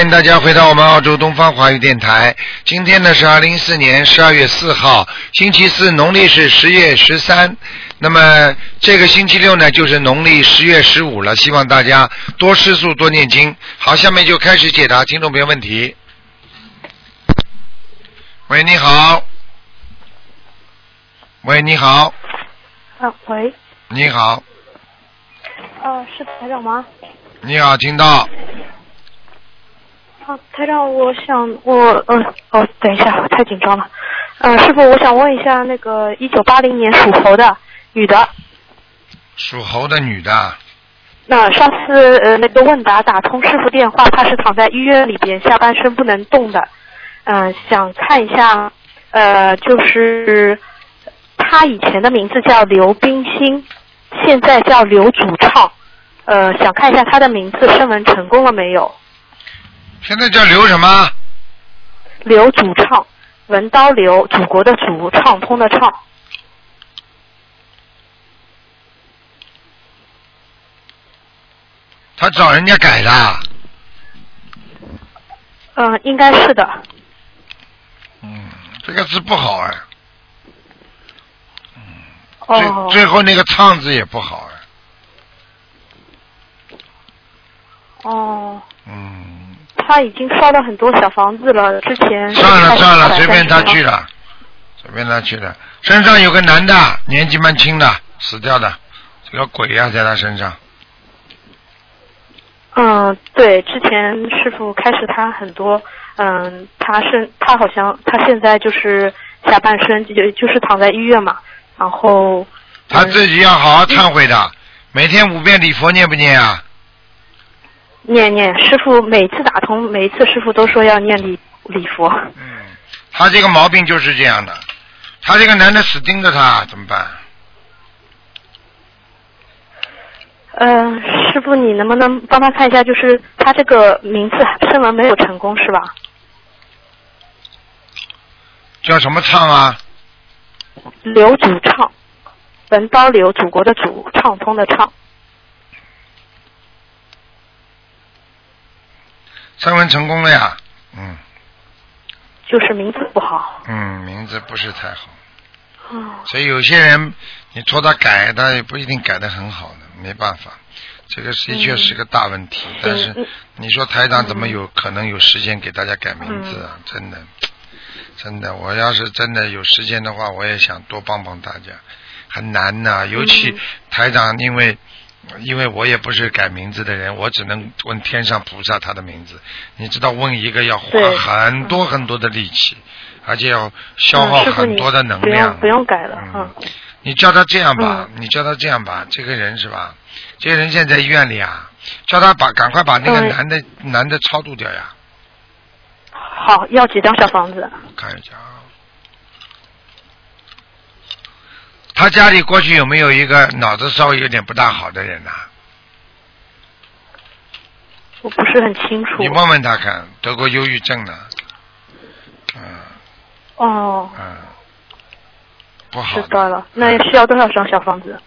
迎大家回到我们澳洲东方华语电台。今天呢是二零一四年十二月四号，星期四，农历是十月十三。那么这个星期六呢，就是农历十月十五了。希望大家多吃素，多念经。好，下面就开始解答听众朋友问题。喂，你好。喂，你好，啊，喂，你好，呃，是台长吗？你好，听到？啊，台长，我想我呃哦，等一下，我太紧张了。呃，师傅，我想问一下，那个一九八零年属猴的女的，属猴的女的，那、上次呃那个问答打通师傅电话，她是躺在医院里边，下半身不能动的。嗯、想看一下，呃，就是她以前的名字叫刘冰心，现在叫刘祖畅。呃，想看一下她的名字声纹成功了没有？现在叫刘什么？刘祖畅，文刀刘，祖国的祖，畅通的畅。他找人家改的啊。嗯、应该是的。嗯，这个字不好哎、哦最，最后那个唱字也不好哎、哦，嗯，他已经烧了很多小房子了，之前算了算了，随便他去了。了，随便他去了。身上有个男的，年纪蛮轻的，死掉的，这个鬼呀、在他身上。嗯，对，之前师傅开始他很多，嗯，他是他好像他现在就是下半身就就是躺在医院嘛，然后嗯他自己要好好忏悔的，每天五遍礼佛念不念啊？念念师傅每次打通，每一次师傅都说要念礼礼佛。嗯，他这个毛病就是这样的，他这个男的死盯着他怎么办？嗯，师傅你能不能帮他看一下，就是他这个名字声纹没有成功是吧？叫什么唱啊？刘祖畅，文刀刘，祖国的祖，畅通的畅。三文成功了呀？嗯就是名字不好。嗯，名字不是太好，啊，所以有些人你说他改，他也不一定改得很好的，没办法，这个的确是个大问题。但是嗯你说台长怎么有、可能有时间给大家改名字嗯啊？真的，真的，我要是真的有时间的话，我也想多帮帮大家，很难呐、尤其嗯台长，因为因为我也不是改名字的人，我只能问天上菩萨他的名字。你知道，问一个要花对很多很多的力气，而且要消嗯耗师傅很你多的能不量。用不用改了，嗯嗯，你叫他这样吧，你叫他这样吧，这个人是吧？这个人现在在医院里啊，叫他把赶快把那个对男的男的超度掉呀。好，要几张小房子？看一下啊，他家里过去有没有一个脑子稍微有点不大好的人呐、啊我不是很清楚你。问问他看，得过忧郁症呢？嗯哦，嗯，不好知的。道了。那需要多少张小房子？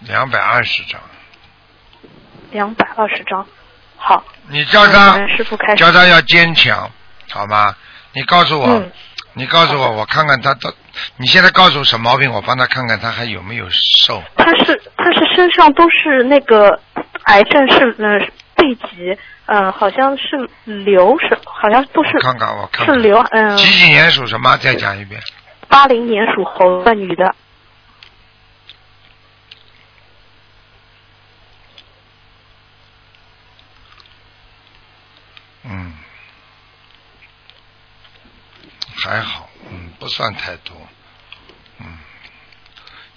两百二十张，两百二十张。好，你叫他嗯师傅开始叫他要坚强，好吗？你告诉我，嗯，你告诉我，我看看他到，你现在告诉我什么毛病，我帮他看看他还有没有瘦。他是他是身上都是那个癌症是嗯背脊嗯好像是瘤是好像都是我看看，我看是看。瘤嗯几几年属什么？再讲一遍。八零年属猴的女的嗯，还好，嗯，不算太多，嗯，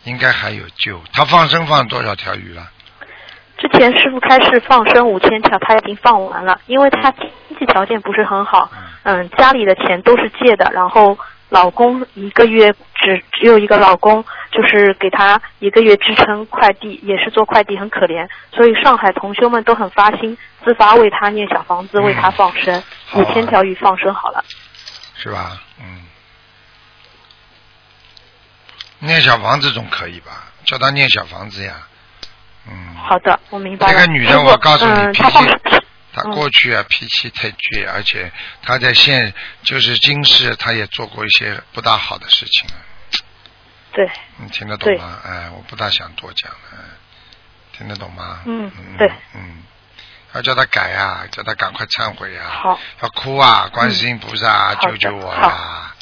应该还有救。他放生放多少条鱼了？之前师傅开始放生五千条，他已经放完了，因为他经济条件不是很好，嗯，家里的钱都是借的，然后老公一个月只只有一个老公，就是给他一个月支撑快递，也是做快递，很可怜，所以上海同修们都很发心，自发为他念小房子，为他放生好啊五千条鱼放生好了，是吧？嗯，念小房子总可以吧？叫他念小房子呀。嗯，好的，我明白这了。个女师的，傅我告诉你，嗯，脾她放气生，她嗯过去啊脾气太倔，而且她在现就是今世，她也做过一些不大好的事情。啊对，你嗯听得懂对吗？哎，我不大想多讲了，哎听得懂吗？嗯嗯对，嗯，要叫他改啊，叫他赶快忏悔啊，好，嗯要哭啊，观世音菩萨、好的救救我啦！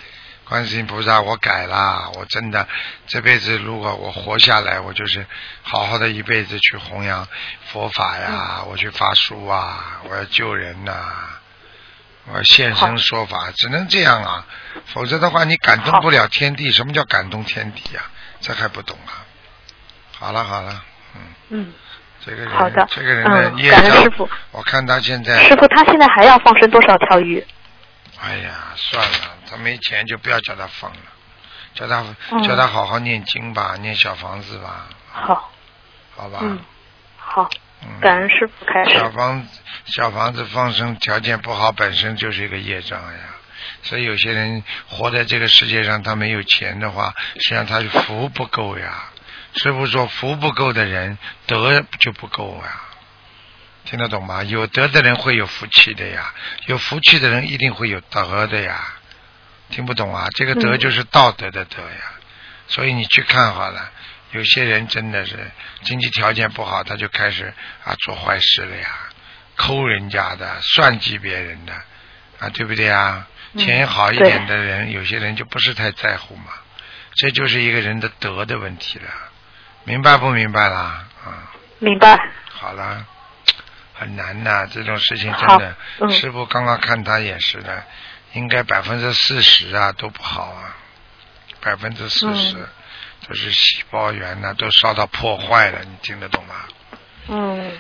观世音菩萨，我改啦，我真的这辈子如果我活下来，我就是好好的一辈子去弘扬佛法呀，嗯我去发书啊，我要救人呐、我要现身好说法，只能这样啊，否则的话你感动好不了天地。什么叫感动天地呀、这还不懂啊？好了好了，嗯，这个人好的这个人的嗯，业感恩障师，傅。我看他现在师傅，他现在还要放生多少条鱼？哎呀，算了，他没钱就不要叫他放了，叫他、嗯叫他好好念经吧，念小房子吧，好，好吧？嗯，好，嗯感恩师傅开始。小房小房子放生条件不好，本身就是一个业障呀。所以有些人活在这个世界上，他没有钱的话，实际上他福不够呀。师傅说，福不够的人，德就不够呀。听得懂吗？有德的人会有福气的呀，有福气的人一定会有德的呀。听不懂啊？这个德嗯就是道德的德呀。所以你去看好了，有些人真的是经济条件不好，他就开始啊做坏事了呀，抠人家的，算计别人的，啊，对不对呀？嗯钱好一点的人，有些人就不是太在乎嘛，这就是一个人的德的问题了，明白不明白啦？啊，明白，好啦，很难呐、这种事情真好的，嗯师傅刚刚看他也是的，应该百分之四十啊都不好啊，百分之四十嗯都是细胞源呐、都烧到破坏了，你听得懂吗？嗯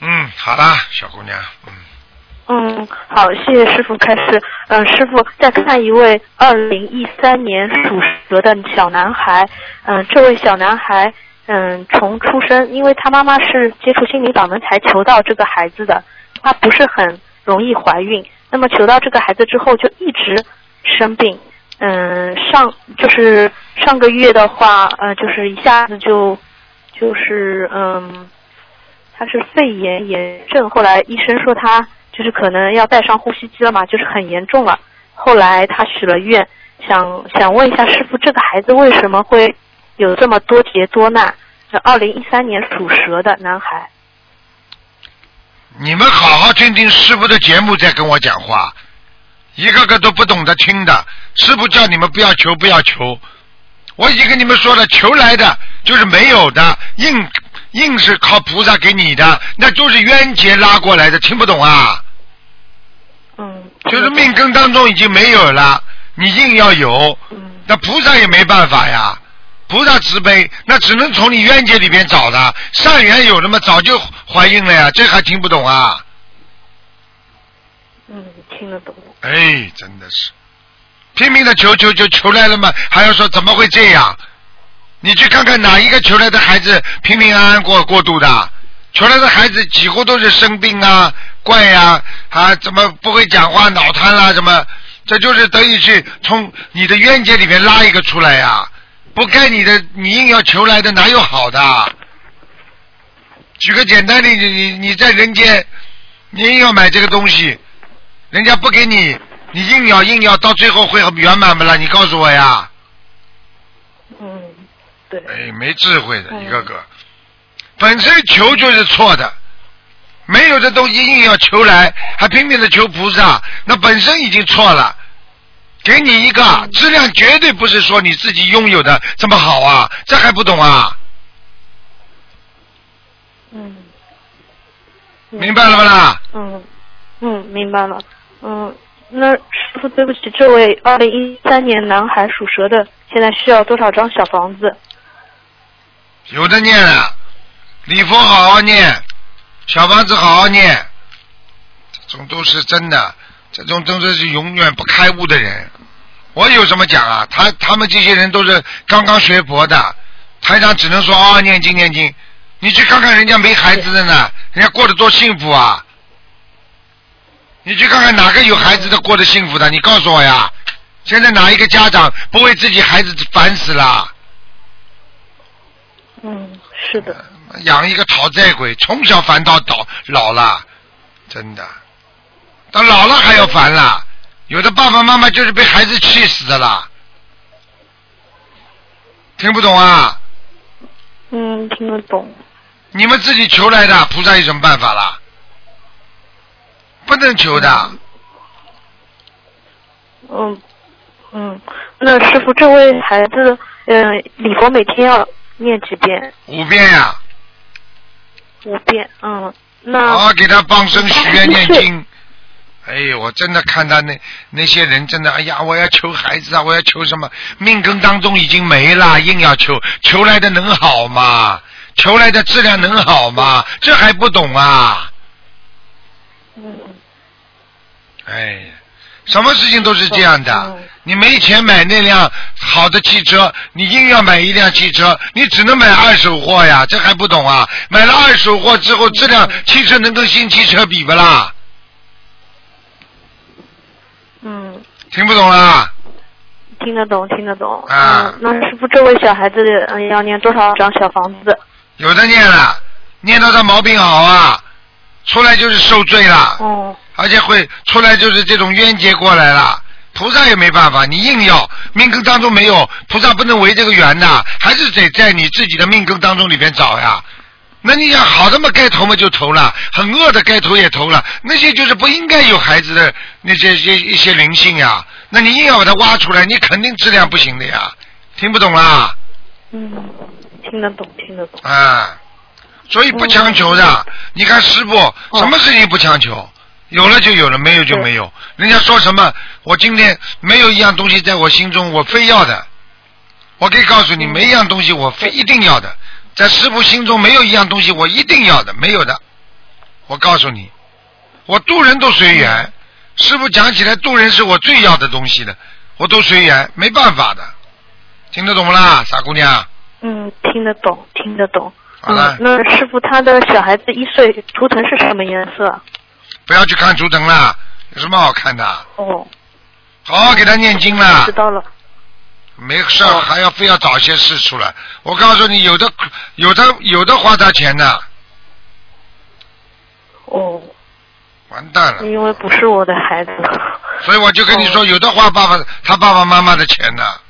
嗯，好啦，小姑娘，嗯，嗯，好，谢谢师傅开始。嗯，师傅再看一位二零一三年属蛇的小男孩。嗯，这位小男孩，嗯，从出生，因为他妈妈是接触心灵法门才求到这个孩子的，她不是很容易怀孕。那么求到这个孩子之后，就一直生病。嗯，上就是上个月的话，呃，就是一下子就就是嗯。他是肺炎炎症，后来医生说他就是可能要带上呼吸机了嘛，就是很严重了。后来他许了愿，想想问一下师傅，这个孩子为什么会有这么多劫多难？二零一三年属蛇的男孩，你们好好听听师傅的节目，再跟我讲话，一个个都不懂得听的。师傅叫你们不要求，不要求，我已经跟你们说了，求来的就是没有的，硬硬是靠菩萨给你的，那都是冤结拉过来的，听不懂啊？嗯，就是命根当中已经没有了，你硬要有，嗯，那菩萨也没办法呀，菩萨慈悲，那只能从你冤结里边找的，善缘有了嘛，早就怀孕了呀，这还听不懂啊？嗯，听得懂。哎，真的是拼命的求求求求来了嘛，还要说怎么会这样？你去看看哪一个求来的孩子平平安安过过渡的？求来的孩子几乎都是生病啊、怪呀、啊、怎么不会讲话、脑瘫啦、什么？这就是等于去从你的冤结里面拉一个出来呀、啊不该你的，你硬要求来的，哪有好的？啊举个简单例子，你你在人间，你硬要买这个东西，人家不给你，你硬要硬要，到最后会很圆满不啦？你告诉我呀！嗯，对，哎，没智慧的嗯一个个，本身求就是错的，没有的东西硬要求来，还拼命的求菩萨，那本身已经错了。给你一个质量绝对不是说你自己拥有的这么好啊，这还不懂啊？嗯，明白了不啦？嗯，嗯，明白了。嗯，那师傅，对不起，这位二零一三年男孩属蛇的，现在需要多少张小房子？有的念了，礼佛好好念，小房子好好念，这种都是真的，这种都是永远不开悟的人。我有什么讲啊？他他们这些人都是刚刚学佛的，台长只能说啊、念经念经。你去看看人家没孩子的呢，人家过得多幸福啊！你去看看哪个有孩子的过得幸福的？你告诉我呀！现在哪一个家长不为自己孩子烦死了？嗯，是的，养一个讨债鬼，从小烦到老老了，真的，到老了还要烦啦。有的爸爸妈妈就是被孩子气死的啦。听不懂啊？嗯，听得懂。你们自己求来的，菩萨有什么办法啦？不能求的。嗯嗯，那师傅，这位孩子，嗯，礼佛每天要念几遍？五遍呀、五遍。嗯，好那好给他帮生许愿念是经。哎呦，我真的看他那那些人真的，哎呀，我要求孩子啊，我要求什么？命根当中已经没了，硬要求，求来的能好吗？求来的质量能好吗？这还不懂啊？嗯哎呀，什么事情都是这样的嗯。你没钱买那辆好的汽车，你硬要买一辆汽车，你只能买二手货呀，这还不懂啊？买了二手货之后，质量汽车能跟新汽车比不啦？嗯，听不懂啊啦？听得懂，听得懂。啊嗯，那师傅，这位小孩子，嗯，要念多少张小房子？有的念了，念到他毛病好啊，出来就是受罪了，哦，而且会出来就是这种冤结过来了。菩萨也没办法，你硬要命根当中没有，菩萨不能围这个圆呐，还是得在你自己的命根当中里边找呀。那你想好的嘛，该投嘛就投了，很恶的该投也投了，那些就是不应该有孩子的那些些一些灵性呀，那你硬要把它挖出来，你肯定质量不行的呀，听不懂啊啦？嗯，听得懂，听得懂。啊，所以不强求的。你看师傅，什么事情不强求？有了就有了，没有就没有。人家说什么，我今天没有一样东西在我心中，我非要的。我可以告诉你，没一样东西我非一定要的，在师傅心中没有一样东西我一定要的，没有的。我告诉你，我渡人都随缘。师傅讲起来，渡人是我最要的东西的，我都随缘，没办法的。听得懂不啦，傻姑娘？嗯，听得懂，听得懂。好了嗯，，那师傅，他的小孩子一岁，图腾是什么颜色？不要去看图腾了，有什么好看的？啊哦，好好给他念经啦知，道了。没事儿还要非要找些事出来。我告诉你，有的有的有的花他钱的，哦，完蛋了。因为不哦是我的孩子。所以我就跟你说，有的花爸爸他爸爸妈妈的钱的，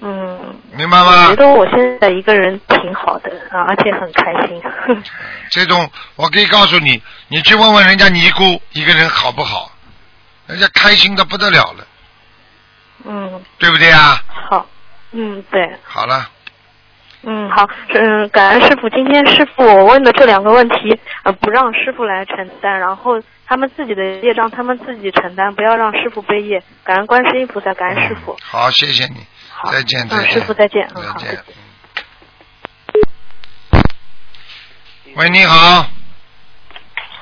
嗯，明白觉吗？得我现在一个人挺好的啊，而且很开心。 这种我可以告诉你，你去问问人家尼姑一个人好不好，人家开心的不得了了，嗯，对不对啊？好，嗯，对，好了，嗯，好，嗯，感恩师傅。今天师傅我问的这两个问题，呃，不让师傅来承担，然后他们自己的业障他们自己承担，不要让师傅背业。感恩观世音菩萨，感哎恩师傅。好，谢谢你。好，再见，再嗯，见，师傅再见，嗯，再好，再见见。。喂，你好，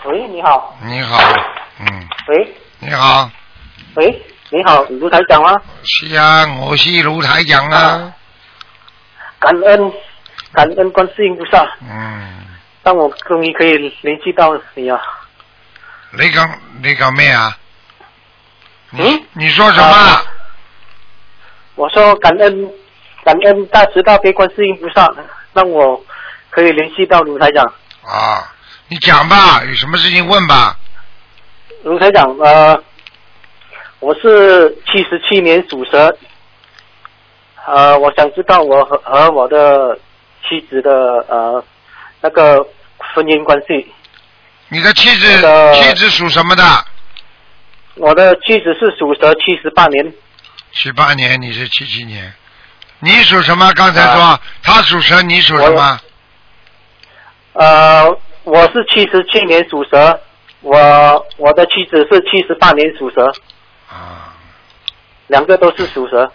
喂，你好，你好，嗯，喂，你好，喂，你好，卢台长吗？是啊，我是卢台长哦啊，感恩，感恩观世音菩萨，嗯，让我终于可以联系到你啊！你讲你讲咩啊？你、嗯你说什么？啊我说感恩，感恩大慈大悲观世音菩萨，让我可以联系到卢台长。啊，你讲吧，有什么事情问吧。卢台长，呃，我是七十七年属蛇，呃，我想知道我和和我的妻子的呃那个婚姻关系。你的妻子那个妻子属什么的？我的妻子是属蛇，七十八年。七八年，你是七七年，你属什么？刚才说、啊他属蛇，你属什么？呃，我是七十七年属蛇，我我的妻子是七十八年属蛇，啊，两个都是属蛇。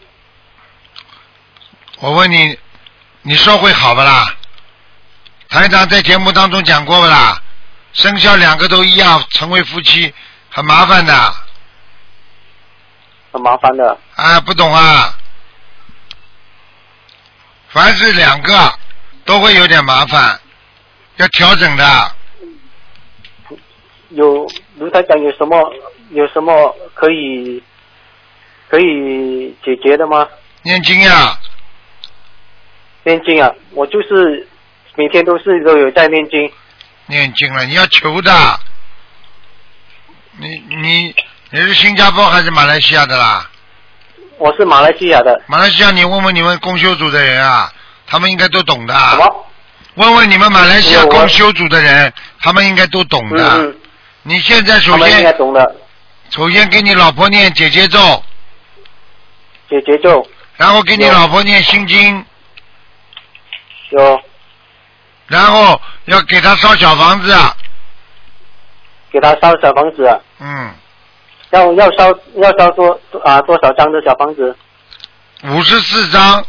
我问你，你说会好不啦？台长在节目当中讲过不啦？生肖两个都一样，成为夫妻很麻烦的很麻烦的，啊，不懂啊？凡是两个都会有点麻烦，要调整的。有卢台长有什么有什么可以可以解决的吗？念经呀，念经啊，我就是每天都是都有在念经。念经了，你要求的。你你你是新加坡还是马来西亚的啦？我是马来西亚的。马来西亚，你问问你们公修组的人啊，他们应该都懂的。什么？问问你们马来西亚没有我公修组的人，他们应该都懂嗯的。嗯，你现在首他们应该先懂的。首先给你老婆念姐姐咒，解节奏然后给你有老婆念心经，有然后要给她烧小房子。啊给他烧小房子、啊，嗯，要要烧要烧多啊多少张的小房子？五十四章，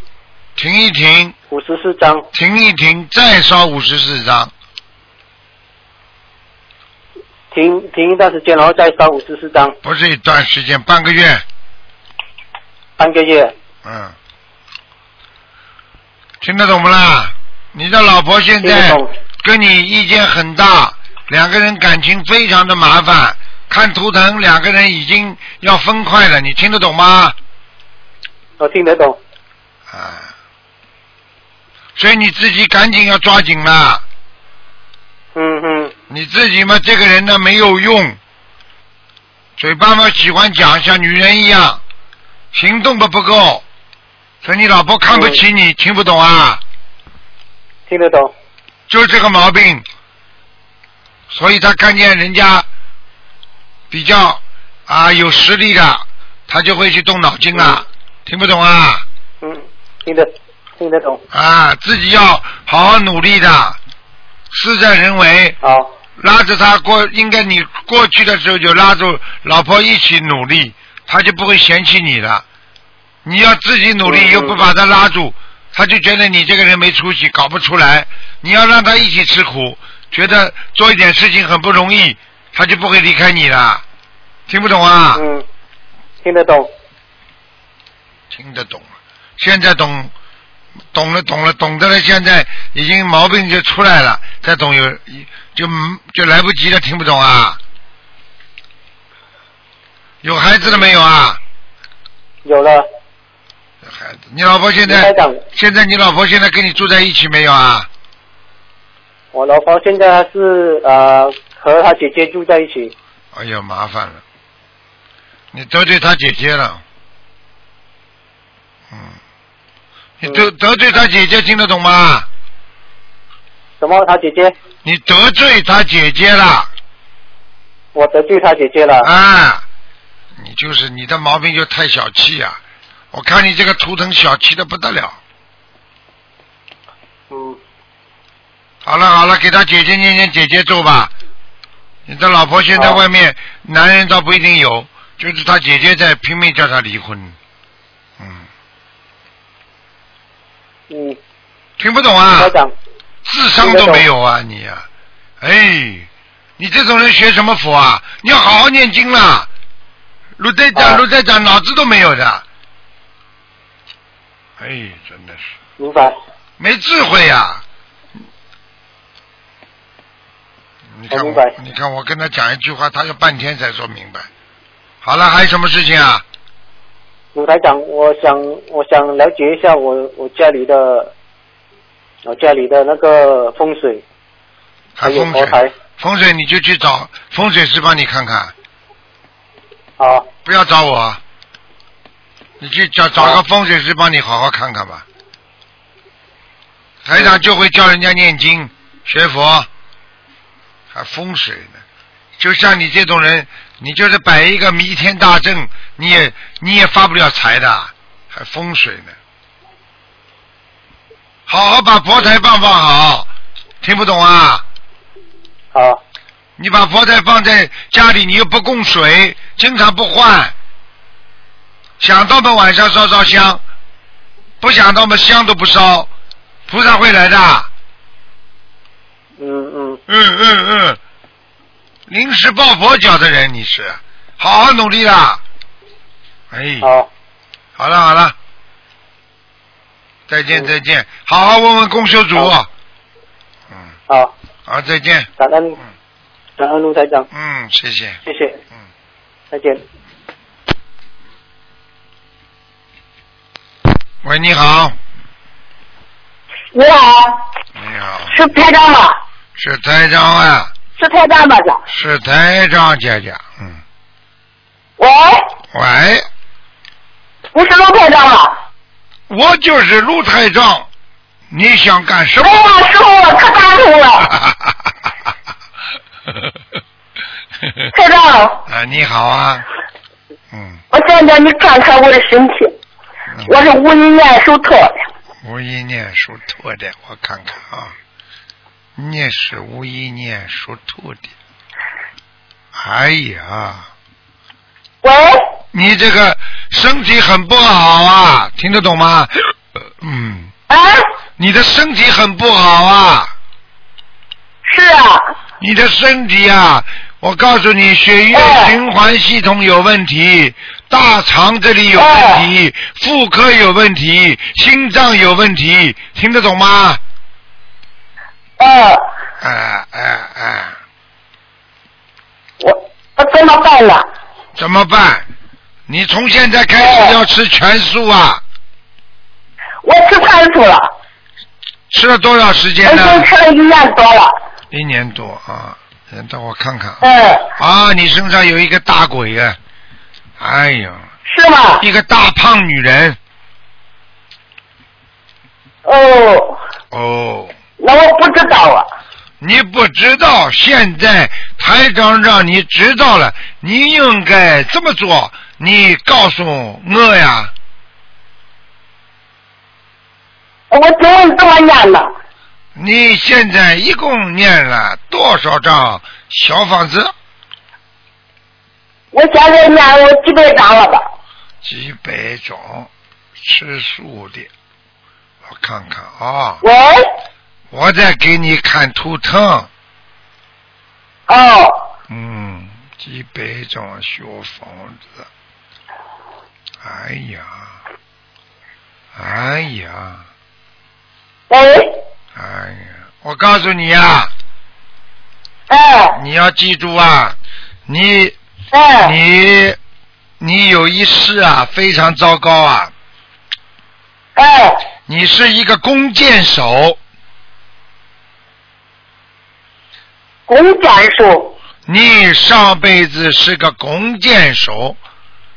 停一停，五十四张，停一停，再烧五十四章。停停一段时间，然后再烧五十四张，不是一段时间，半个月，半个月。嗯，听得懂不啦？你的老婆现听在得懂？跟你意见很大，两个人感情非常的麻烦，看图腾两个人已经要分块了，你听得懂吗？我哦听得懂。啊，所以你自己赶紧要抓紧了，嗯嗯，你自己嘛，这个人呢没有用，嘴巴嘛喜欢讲像女人一样，行动吧不够，所以你老婆看不起你，听不懂啊？听得懂。就这个毛病，所以他看见人家比较啊有实力的，他就会去动脑筋了，听不懂啊？嗯，听得听得懂。啊，自己要好好努力的，事在人为，好，拉着他过，应该你过去的时候就拉住老婆一起努力，他就不会嫌弃你了。你要自己努力嗯又不把他拉住，他就觉得你这个人没出息，搞不出来。你要让他一起吃苦，觉得做一点事情很不容易，他就不会离开你了。听不懂啊？嗯，听得懂。听得懂了，现在懂，懂了，懂了，懂得了，现在已经毛病就出来了，再懂有就就来不及了，听不懂啊？有孩子了没有啊？有了，有孩子，你老婆现卢台在长，现在你老婆现在跟你住在一起没有啊？我老婆现在是呃和她姐姐住在一起。哎呦，麻烦了，你得罪他姐姐了，嗯，你得得罪他姐姐听得懂吗？什么？她姐姐？你得罪他姐姐了。我得罪她姐姐了。啊，你就是你的毛病就太小气呀、我看你这个图腾小气的不得了。嗯，好了好了，给他姐姐念念姐姐咒吧。你的老婆现在好外面男人倒不一定有，就是他姐姐在拼命叫他离婚。嗯，嗯，听不懂啊？卢台长，智商都没有啊你啊！哎，你这种人学什么佛啊？你要好好念经啦！卢队长，啊卢队长，脑子都没有的。哎，真的是明白，没智慧啊呀、你看我明我白，你看我跟他讲一句话，他要半天才说明白。好了，还有什么事情啊？卢台长，我想我想了解一下我我家里的我家里的那个风水，还还有啊风佛水，台风水你就去找风水师帮你看看。啊，不要找我，你去找找个好风水师帮你好好看看吧。台长就会教人家念经、学佛，还风水呢。就像你这种人，你就是摆一个弥天大阵，你也你也发不了财的，还风水呢。好好把佛台放放好，听不懂啊？好，你把佛台放在家里，你又不供水，经常不换，想到嘛晚上烧烧香，不想到嘛香都不烧，菩萨会来的。嗯嗯，嗯嗯嗯，临时抱佛脚的人你是，好好努力啦。哎，好，好了好了，再见嗯再见，好好问问供修主。好嗯，好，好再见，感恩感恩卢台长，嗯谢谢。谢谢，嗯，再见。喂你好，你好，你好，是台长吗？是台长啊，是台长吗？是。是台长姐姐，嗯，喂，喂，你是卢台长吗？我就是卢台长，你想干什么 哎？呀，师傅，我可打通了，台长，啊，你好啊，嗯，我想叫你看看我的身体，我是五一年属兔的，五一年属兔的，我看看啊，你是五一年属兔的，哎呀，喂，你这个身体很不好啊，听得懂吗？嗯，啊，你的身体很不好啊，是啊，你的身体啊，我告诉你，血液循环系统有问题，大肠这里有问题，妇科有问题，心脏有问题，听得懂吗？嗯，哎哎哎，我我怎么办呢？怎么办？你从现在开始要吃全素啊！我吃全素了，吃了多少时我间已呢经？吃了一年多了，一年多啊，等我看看啊。嗯，啊，你身上有一个大鬼啊！哎呦，是吗？一个大胖女人哦，哦，那我不知道啊，你不知道，现在台长让你知道了，你应该这么做。你告诉我呀，我今天怎么念呢？你现在一共念了多少张小房子？我现在念我几百张了吧？几百种吃素的，我看看啊，喂，我再给你看图腾。哦，嗯，几百种小房子。哎呀，哎呀，喂，哎呀！我告诉你呀、嗯你要记住啊，你嗯，你你有一事啊，非常糟糕啊！嗯，你是一个弓箭手，弓箭手，你上辈子是个弓箭手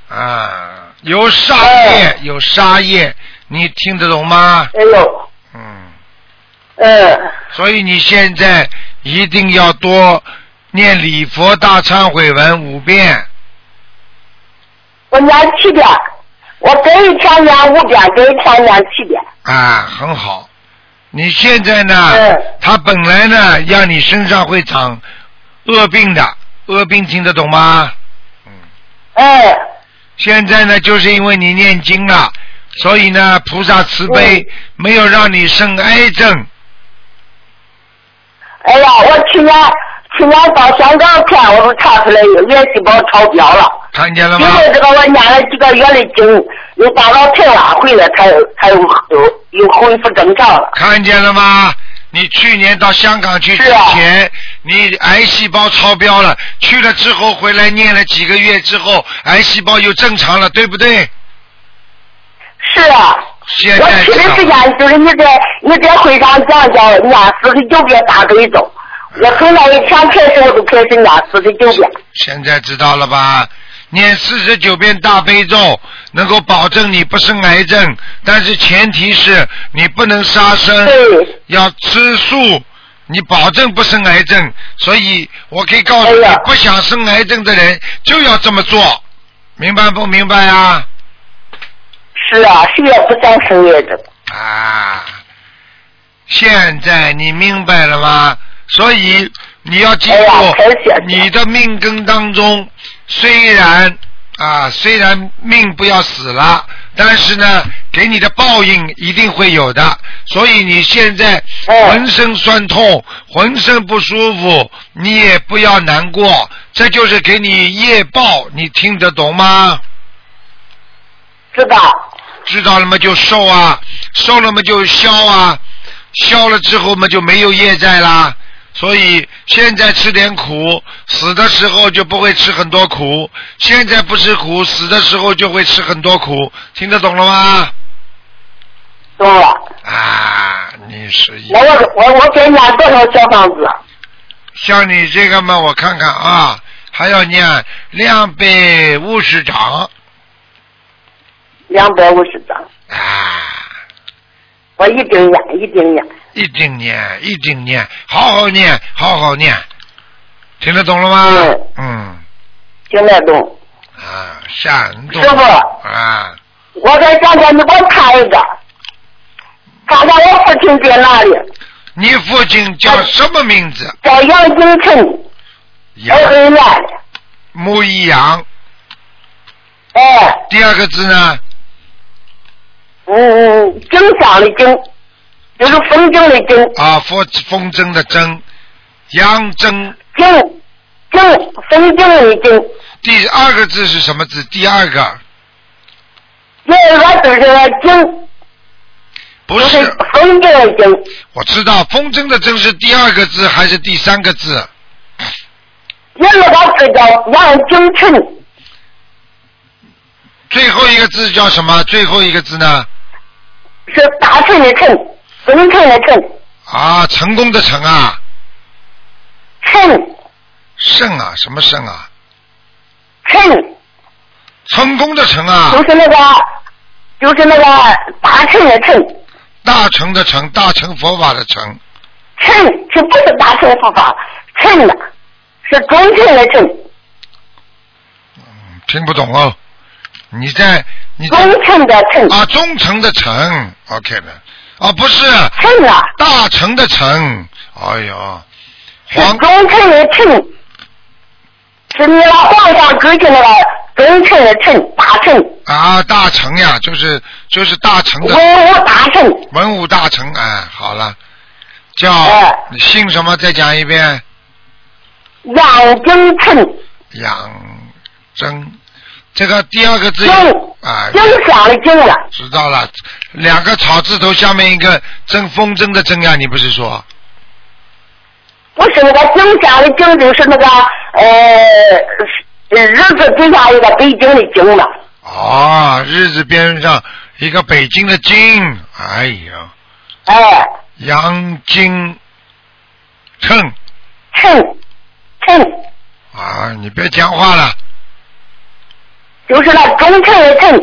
啊，有杀业，有杀业，你听得懂吗？哎呦，嗯。嗯，所以你现在一定要多念礼佛大忏悔文五遍，我念七遍，我这一天念五遍，这一天念七遍，啊，很好。你现在呢嗯，他本来呢，让你身上会长恶病的，恶病听得懂吗？嗯，现在呢，就是因为你念经了，所以呢，菩萨慈悲，嗯没有让你生癌症。哎呀，我去年去年到香港前，我都查出来有癌细胞超标了。看见了因吗？为这个我念了几个月的经，又打到台湾回来，才才又又又恢复正常了。看见了吗？你去年到香港去之啊前，你癌细胞超标了，去了之后回来念了几个月之后，癌细胞又正常了，对不对？是啊，现我在去知的道时间就是你在你在会上讲讲念四十九遍大悲咒，我从那一天开始我就开始念四十九遍。现在知道了吧？念四十九遍大悲咒，能够保证你不生癌症，但是前提是你不能杀生，对，要吃素，你保证不生癌症。所以我可以告诉你哎呀，不想生癌症的人就要这么做，明白不明白啊？是啊，谁也不想生癌症。啊，现在你明白了吗？所以你要记哎呀太谢住谢了，你的命根当中，虽然啊，虽然命不要死了，但是呢，给你的报应一定会有的。所以你现在哎浑身酸痛，浑身不舒服，你也不要难过，这就是给你业报，你听得懂吗？知道？知道了嘛就受啊，受了嘛就消啊，消了之后嘛就没有业债啦。所以现在吃点苦，死的时候就不会吃很多苦；现在不吃苦，死的时候就会吃很多苦。听得懂了吗？懂了。啊，你你十一我。我我我给你俩多少小房子？像你这个嘛，我看看啊，还要念两百五十章两百五十张，啊，我一定念，一定念。一定念，一定念，好好念，好好念，听得懂了吗嗯？嗯，听得懂。啊，山东师傅啊，我在张家，你给我看一个，看看我父亲在哪里，你父亲叫什么名字？在阳金城杨二黑院里。木一杨，哎，第二个字呢？嗯嗯，经商的经，就是风筝的经，啊，风风筝的筝，杨筝。经经风筝的经。第二个字是什么字？第二个那我就是个经，不，就是是风筝的经，我知道风筝的筝是第二个字还是第三个字？人们我知道杨金城最后一个字叫什么？最后一个字呢？是大城的城，风城的城，啊，成功的成啊，城胜啊，什么胜啊？城成功的成啊就，是那个就是那个大城的城。大成的成，大乘佛法的成，称这不是大乘佛法，称的是中称的称，嗯听不懂哦。你在你在中称的称，啊，忠诚的诚，OK 了。啊，不是称啊大成的成，哎呦，是黄中称的称，是你老皇上给的那个中称的称，大称啊，大成呀，就是就是大成的文武大称，文武大成，哎，好了，叫、哎你姓什么？再讲一遍，养精称，养真，这个第二个字精啊，精香的精了，知道了，两个草字头下面一个争风筝的筝呀，你不是说不是那个精香的精，就是那个呃日字底下一个北京的京了，哦，日字边上一个北京的京，哎呦，哎，杨京称称称啊，你别讲话了，就是那中称的称。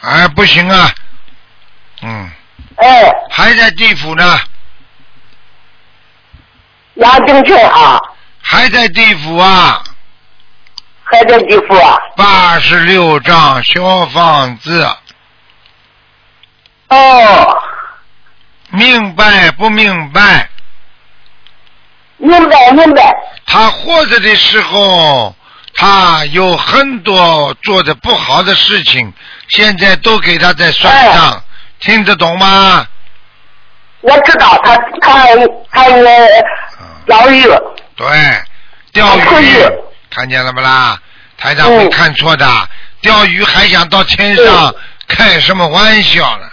哎，不行啊，嗯，哎，还在地府呢，杨正确啊，还在地府啊，还在地府啊。八十六张小房子，哦，明白不明白？明白明白。他活着的时候，他有很多做的不好的事情，现在都给他在算账，哎听得懂吗？我知道他他他呃也教育，对，钓哦可鱼以，看见了不啦？台长会嗯看错的，钓鱼还想到天上嗯，开什么玩笑呢？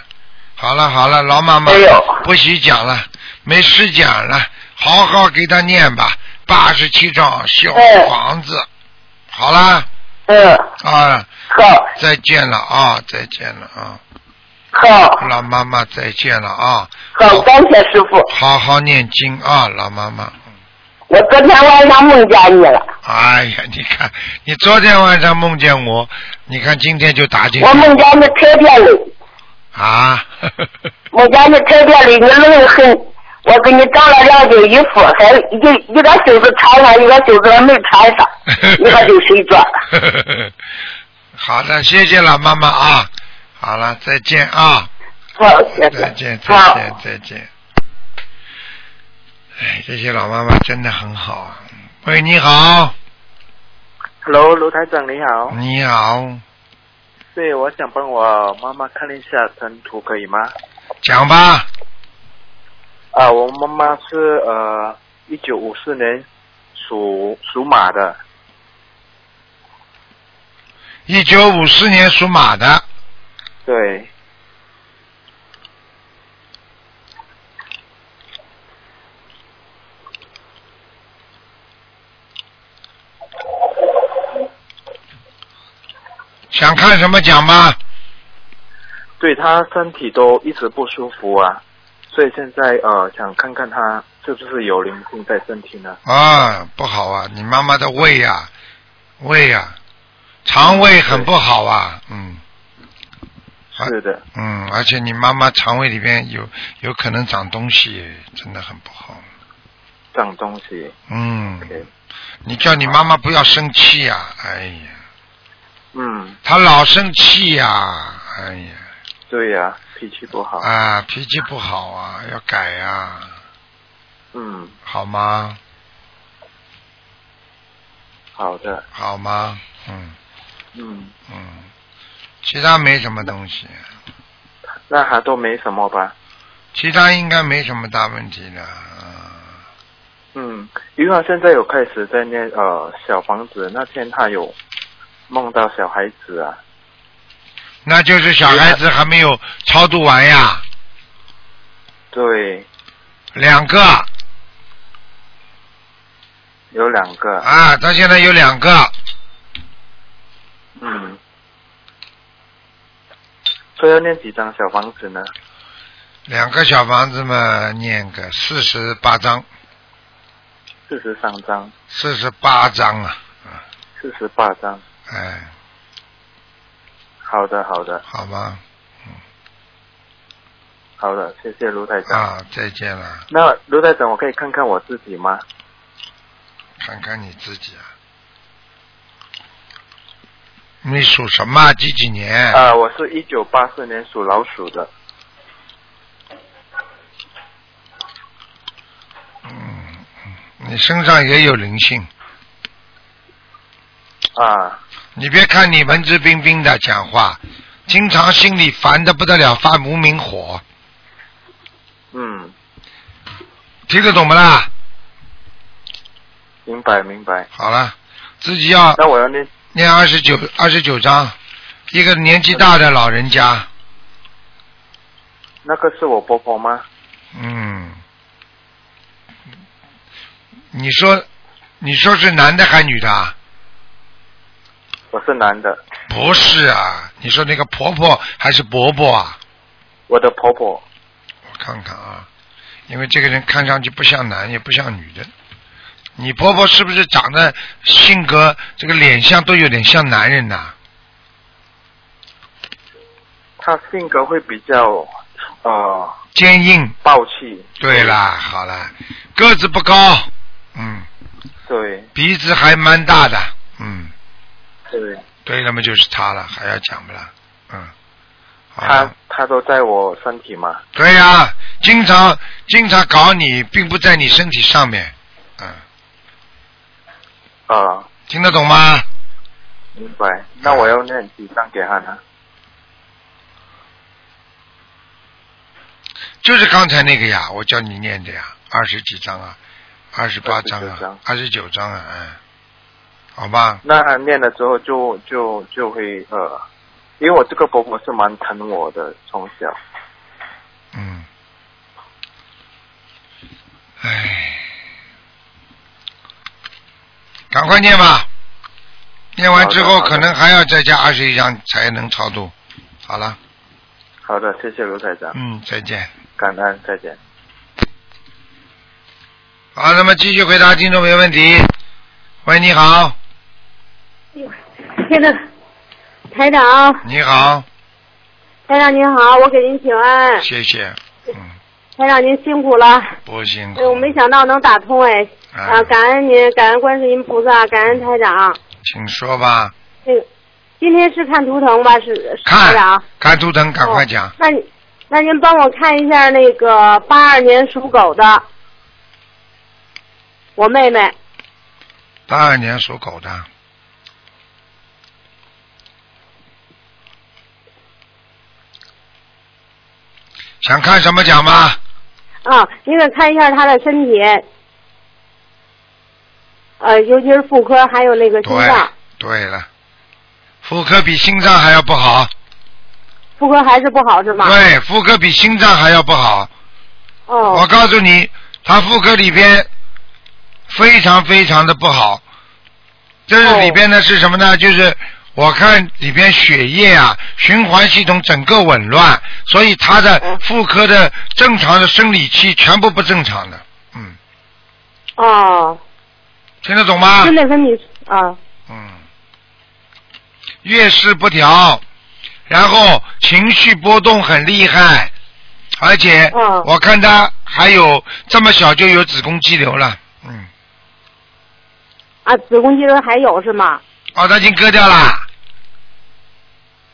好了好了，老妈妈哎呦，不许讲了，没事讲了，好好给他念吧，八十七张小嗯房子，好啦嗯，啊，好，再见了啊，再见了啊，好，老妈妈再见了啊，好，感谢师傅。好好念经啊，老妈妈。我昨天晚上梦见你了，哎呀，你看，你昨天晚上梦见我，你看今天就打进我来梦见你特别累，啊！梦见你特别累，你累得很。我给你找了两件衣服，还一一个袖子穿上，一个袖子没穿上，一个就睡 着了。好的，谢谢老妈妈啊！好了，再见啊！好，谢谢。再见，再好见，再见。哎，这些老妈妈真的很好啊！喂，你好， Hello，卢台长你好。你好，对，我想帮我妈妈看一下尘图，可以吗？讲吧。啊，我妈妈是呃，一九五四年属属马的。一九五四年属马的，对，想看什么讲吧。对他身体都一直不舒服啊，所以现在呃想看看他是不是有灵性在身体呢？啊，不好啊，你妈妈的胃呀、胃呀、肠胃很不好啊，嗯啊是的，嗯，而且你妈妈肠胃里边有有可能长东西，真的很不好。长东西。嗯， OK，你叫你妈妈不要生气呀、哎呀，嗯，她老生气呀、哎呀，对呀、脾气不好。啊，脾气不好啊，要改呀、嗯，好吗？好的，好吗？嗯嗯，嗯，其他没什么东西，啊那还都没什么吧？其他应该没什么大问题的。嗯嗯，因为他现在有开始在念呃小房子，那天他有梦到小孩子啊，那就是小孩子还没有超度完呀，对，两个有两个，啊，他现在有两个，嗯，所以要念几张小房子呢？两个小房子嘛，念个四十八章，四十三张，四十八章啊，四十八张。哎，好的，好的，好吗？好的，谢谢卢台长。啊，再见了，那卢台长，我可以看看我自己吗？看看你自己啊，你属什么啊？几几年？啊，我是一九八四年属老鼠的。嗯，你身上也有灵性，啊，你别看你文质彬彬的讲话，经常心里烦的不得了，发无名火，嗯，听得懂不啦？明白明白。好了，自己要那我要念念二十九二十九章，一个年纪大的老人家，那个是我婆婆吗？嗯，你说你说是男的还女的啊？我是男的，不是啊，你说那个婆婆还是伯伯啊？我的婆婆。我看看啊，因为这个人看上去不像男也不像女的。你婆婆是不是长得性格这个脸相都有点像男人呐、她性格会比较呃坚硬。暴气。对啦，好啦，个子不高，嗯，对鼻子还蛮大的，嗯，对，对了嘛，就是他了，还要讲不啦？嗯，好啦她她都在我身体嘛。对呀、经常经常搞你，并不在你身体上面，嗯，啊，听得懂吗？明白。那我要念几张给她呢？就是刚才那个呀，我叫你念的呀，二十几章啊，二十八章29章啊，二十九章啊，嗯，好吧，那念了之后就就就会呃，因为我这个伯伯是蛮疼我的，从小。嗯，哎，赶快念吧，念完之后好的好的可能还要再加二十一章才能超度。好了，好的，谢谢卢台长，嗯，再见。感恩，再见。好，那么继续回答听众没问题。喂，你好，哎那个台长，你好，台长您好，我给您请安，谢谢，嗯，台长您辛苦了，不辛苦哎，，我没想到能打通哎，啊，啊，感恩您，感恩观世音菩萨，感恩台长。请说吧，那个今天是看图腾吧，是是台看长，看图腾，赶快讲啊哦，那你那您帮我看一下那个八二年属狗的，我妹妹，八二年属狗的，想看什么讲吗？啊，您给看一下她的身体，呃，尤其是妇科，还有那个心对脏，对了，妇科比心脏还要不好，妇科还是不好是吗？对，妇科比心脏还要不好。哦，我告诉你，他妇科里边非常非常的不好。这是里边呢是什么呢？就是我看里边血液啊循环系统整个紊乱，所以他的妇科的正常的生理期全部不正常的，嗯，哦，听得懂吗就？那跟你啊，嗯，月事不调，然后情绪波动很厉害，而且嗯我看他还有这么小就有子宫肌瘤了，嗯，啊，子宫肌瘤还有是吗？哦，他已经割掉了，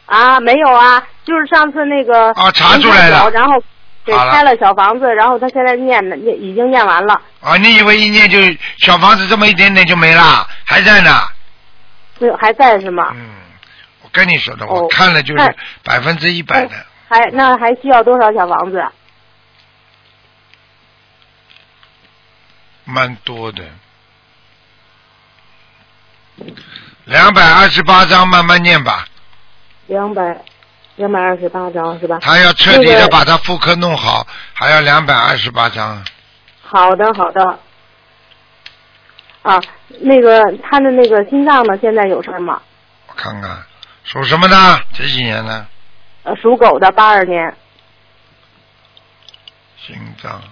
啊，没有啊，就是上次那个啊查出来了然后给好了开了小房子，然后他现在念的念已经念完了，啊，你以为一念就小房子这么一点点就没了，还在呢，对，还在是吗？嗯，我跟你说的，哦我看了就是那哦百分之一百的，还那还需要多少小房子？啊蛮多的。两百二十八章，慢慢念吧。两百两百二十八张是吧？他要彻底那的个把他妇科弄好，还要两百二十八章。好的，好的。啊，那个他的那个心脏呢，现在有事儿吗？我看看，属什么呢？这几年呢？呃，属狗的，八二年。心脏，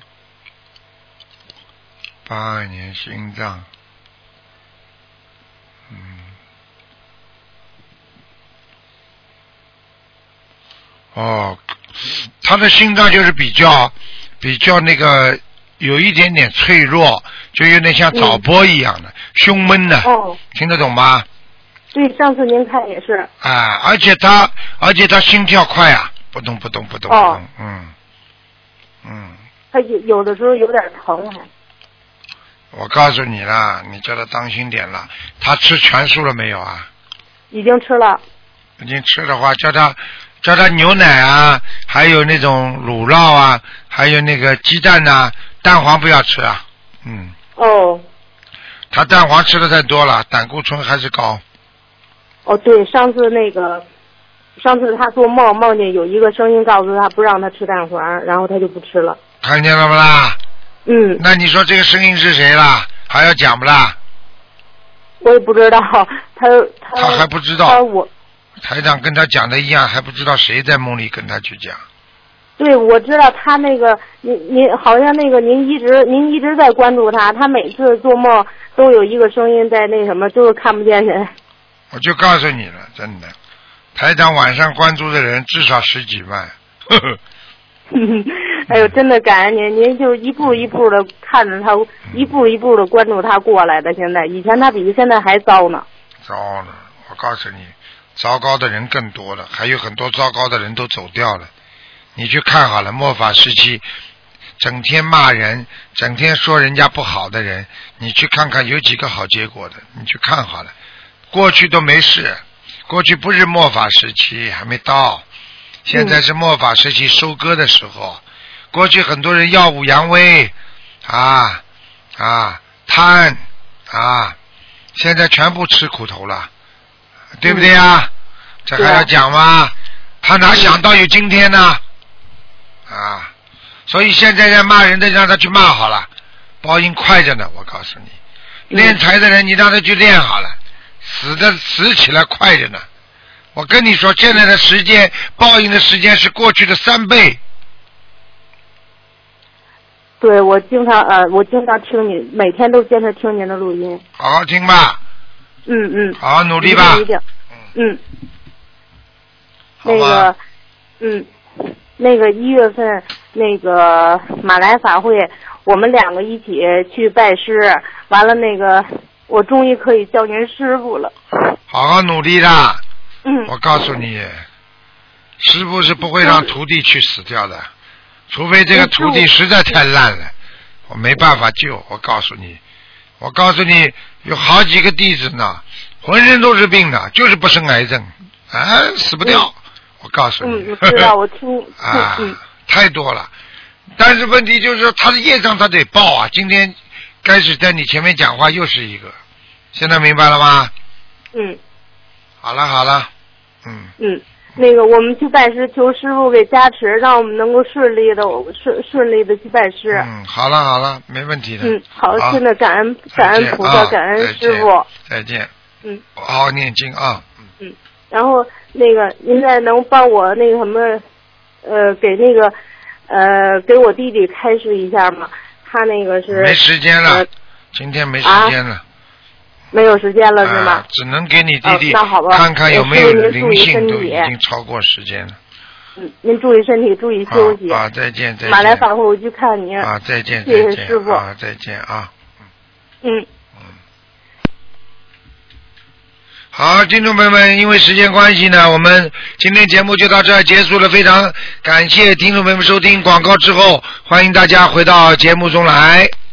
八二年心脏，嗯，哦，他的心脏就是比较比较那个有一点点脆弱，就有点像早搏一样的、胸闷的，哦，听得懂吗？对，上次您看也是。啊，而且他而且他心跳快啊，扑通扑通扑通扑哦通，嗯嗯。他有有的时候有点疼还。我告诉你啦，你叫他当心点了。他吃全素了没有啊？已经吃了。已经吃的话，叫他叫他牛奶啊，还有那种乳酪啊，还有那个鸡蛋呐、蛋黄不要吃啊。嗯，哦，他蛋黄吃的太多了，胆固醇还是高。哦，对，上次那个，上次他做梦梦见有一个声音告诉他不让他吃蛋黄，然后他就不吃了。看见了不啦？嗯，那你说这个声音是谁啦？还要讲不啦？我也不知道他他他还不知他道，我台长跟他讲的一样，还不知道谁在梦里跟他去讲。对，我知道他那个，您您好像那个您一直您一直在关注他，他每次做梦都有一个声音在那什么，就是看不见人。 我就告诉你了，真的，台长晚上关注的人至少十几万。呵呵哎呦，真的感恩您，您就是一步一步的看着他，一步一步的关注他过来的。现在以前他比现在还糟呢。糟了！我告诉你，糟糕的人更多了，还有很多糟糕的人都走掉了。你去看好了，末法时期，整天骂人、整天说人家不好的人，你去看看有几个好结果的，你去看好了。过去都没事，过去不是末法时期，还没到，现在是末法时期收割的时候。过去很多人耀武扬威，啊啊贪啊，现在全部吃苦头了，对不对呀、嗯这还要讲吗？啊他哪想到有今天呢？啊，所以现在在骂人的让他去骂好了，报应快着呢，我告诉你，嗯练财的人你让他去练好了，死的死起来快着呢。我跟你说，现在的时间报应的时间是过去的三倍。对，我经常呃，我经常听您，每天都坚持听您的录音。好好听吧，嗯嗯，好好努力吧一定一定嗯，好那吧个，，嗯，那个一月份那个马来法会，我们两个一起去拜师，完了那个我终于可以叫您师傅了。好好努力啦！嗯，我告诉你，师傅是不会让徒弟去死掉的，除非这个徒哎弟实在太烂了，我没办法救。我告诉你，我告诉你，有好几个弟子呢，浑身都是病的，就是不生癌症，啊，死不掉。我告诉你，嗯，我知道，我听， 啊 嗯，太多了。但是问题就是说，他的业障他得报啊。今天开始在你前面讲话又是一个，现在明白了吗？嗯好了好了，嗯，嗯，那个我们去拜师，求师傅给加持，让我们能够顺利的顺顺利的去拜师。嗯，好了好了，没问题的。嗯，好，好真的感恩感再恩见菩萨，啊感恩再师见傅。再见，嗯，好好念经啊。嗯嗯，然后那个您再能帮我那个什么，呃，给那个呃给我弟弟开示一下吗？他那个是没时间了呃，今天没时间了，没有时间了是吗？啊，只能给你弟弟哦那好吧看看有没有我祝您灵性，都注意身体已经超过时间了。嗯，您注意身体，注意休息。啊，啊再见再见。马来法会我去看您。啊，再见谢谢再见师傅啊，再见啊。嗯，好，听众朋友们，因为时间关系呢，我们今天节目就到这儿结束了。非常感谢听众朋友们收听广告之后，欢迎大家回到节目中来。嗯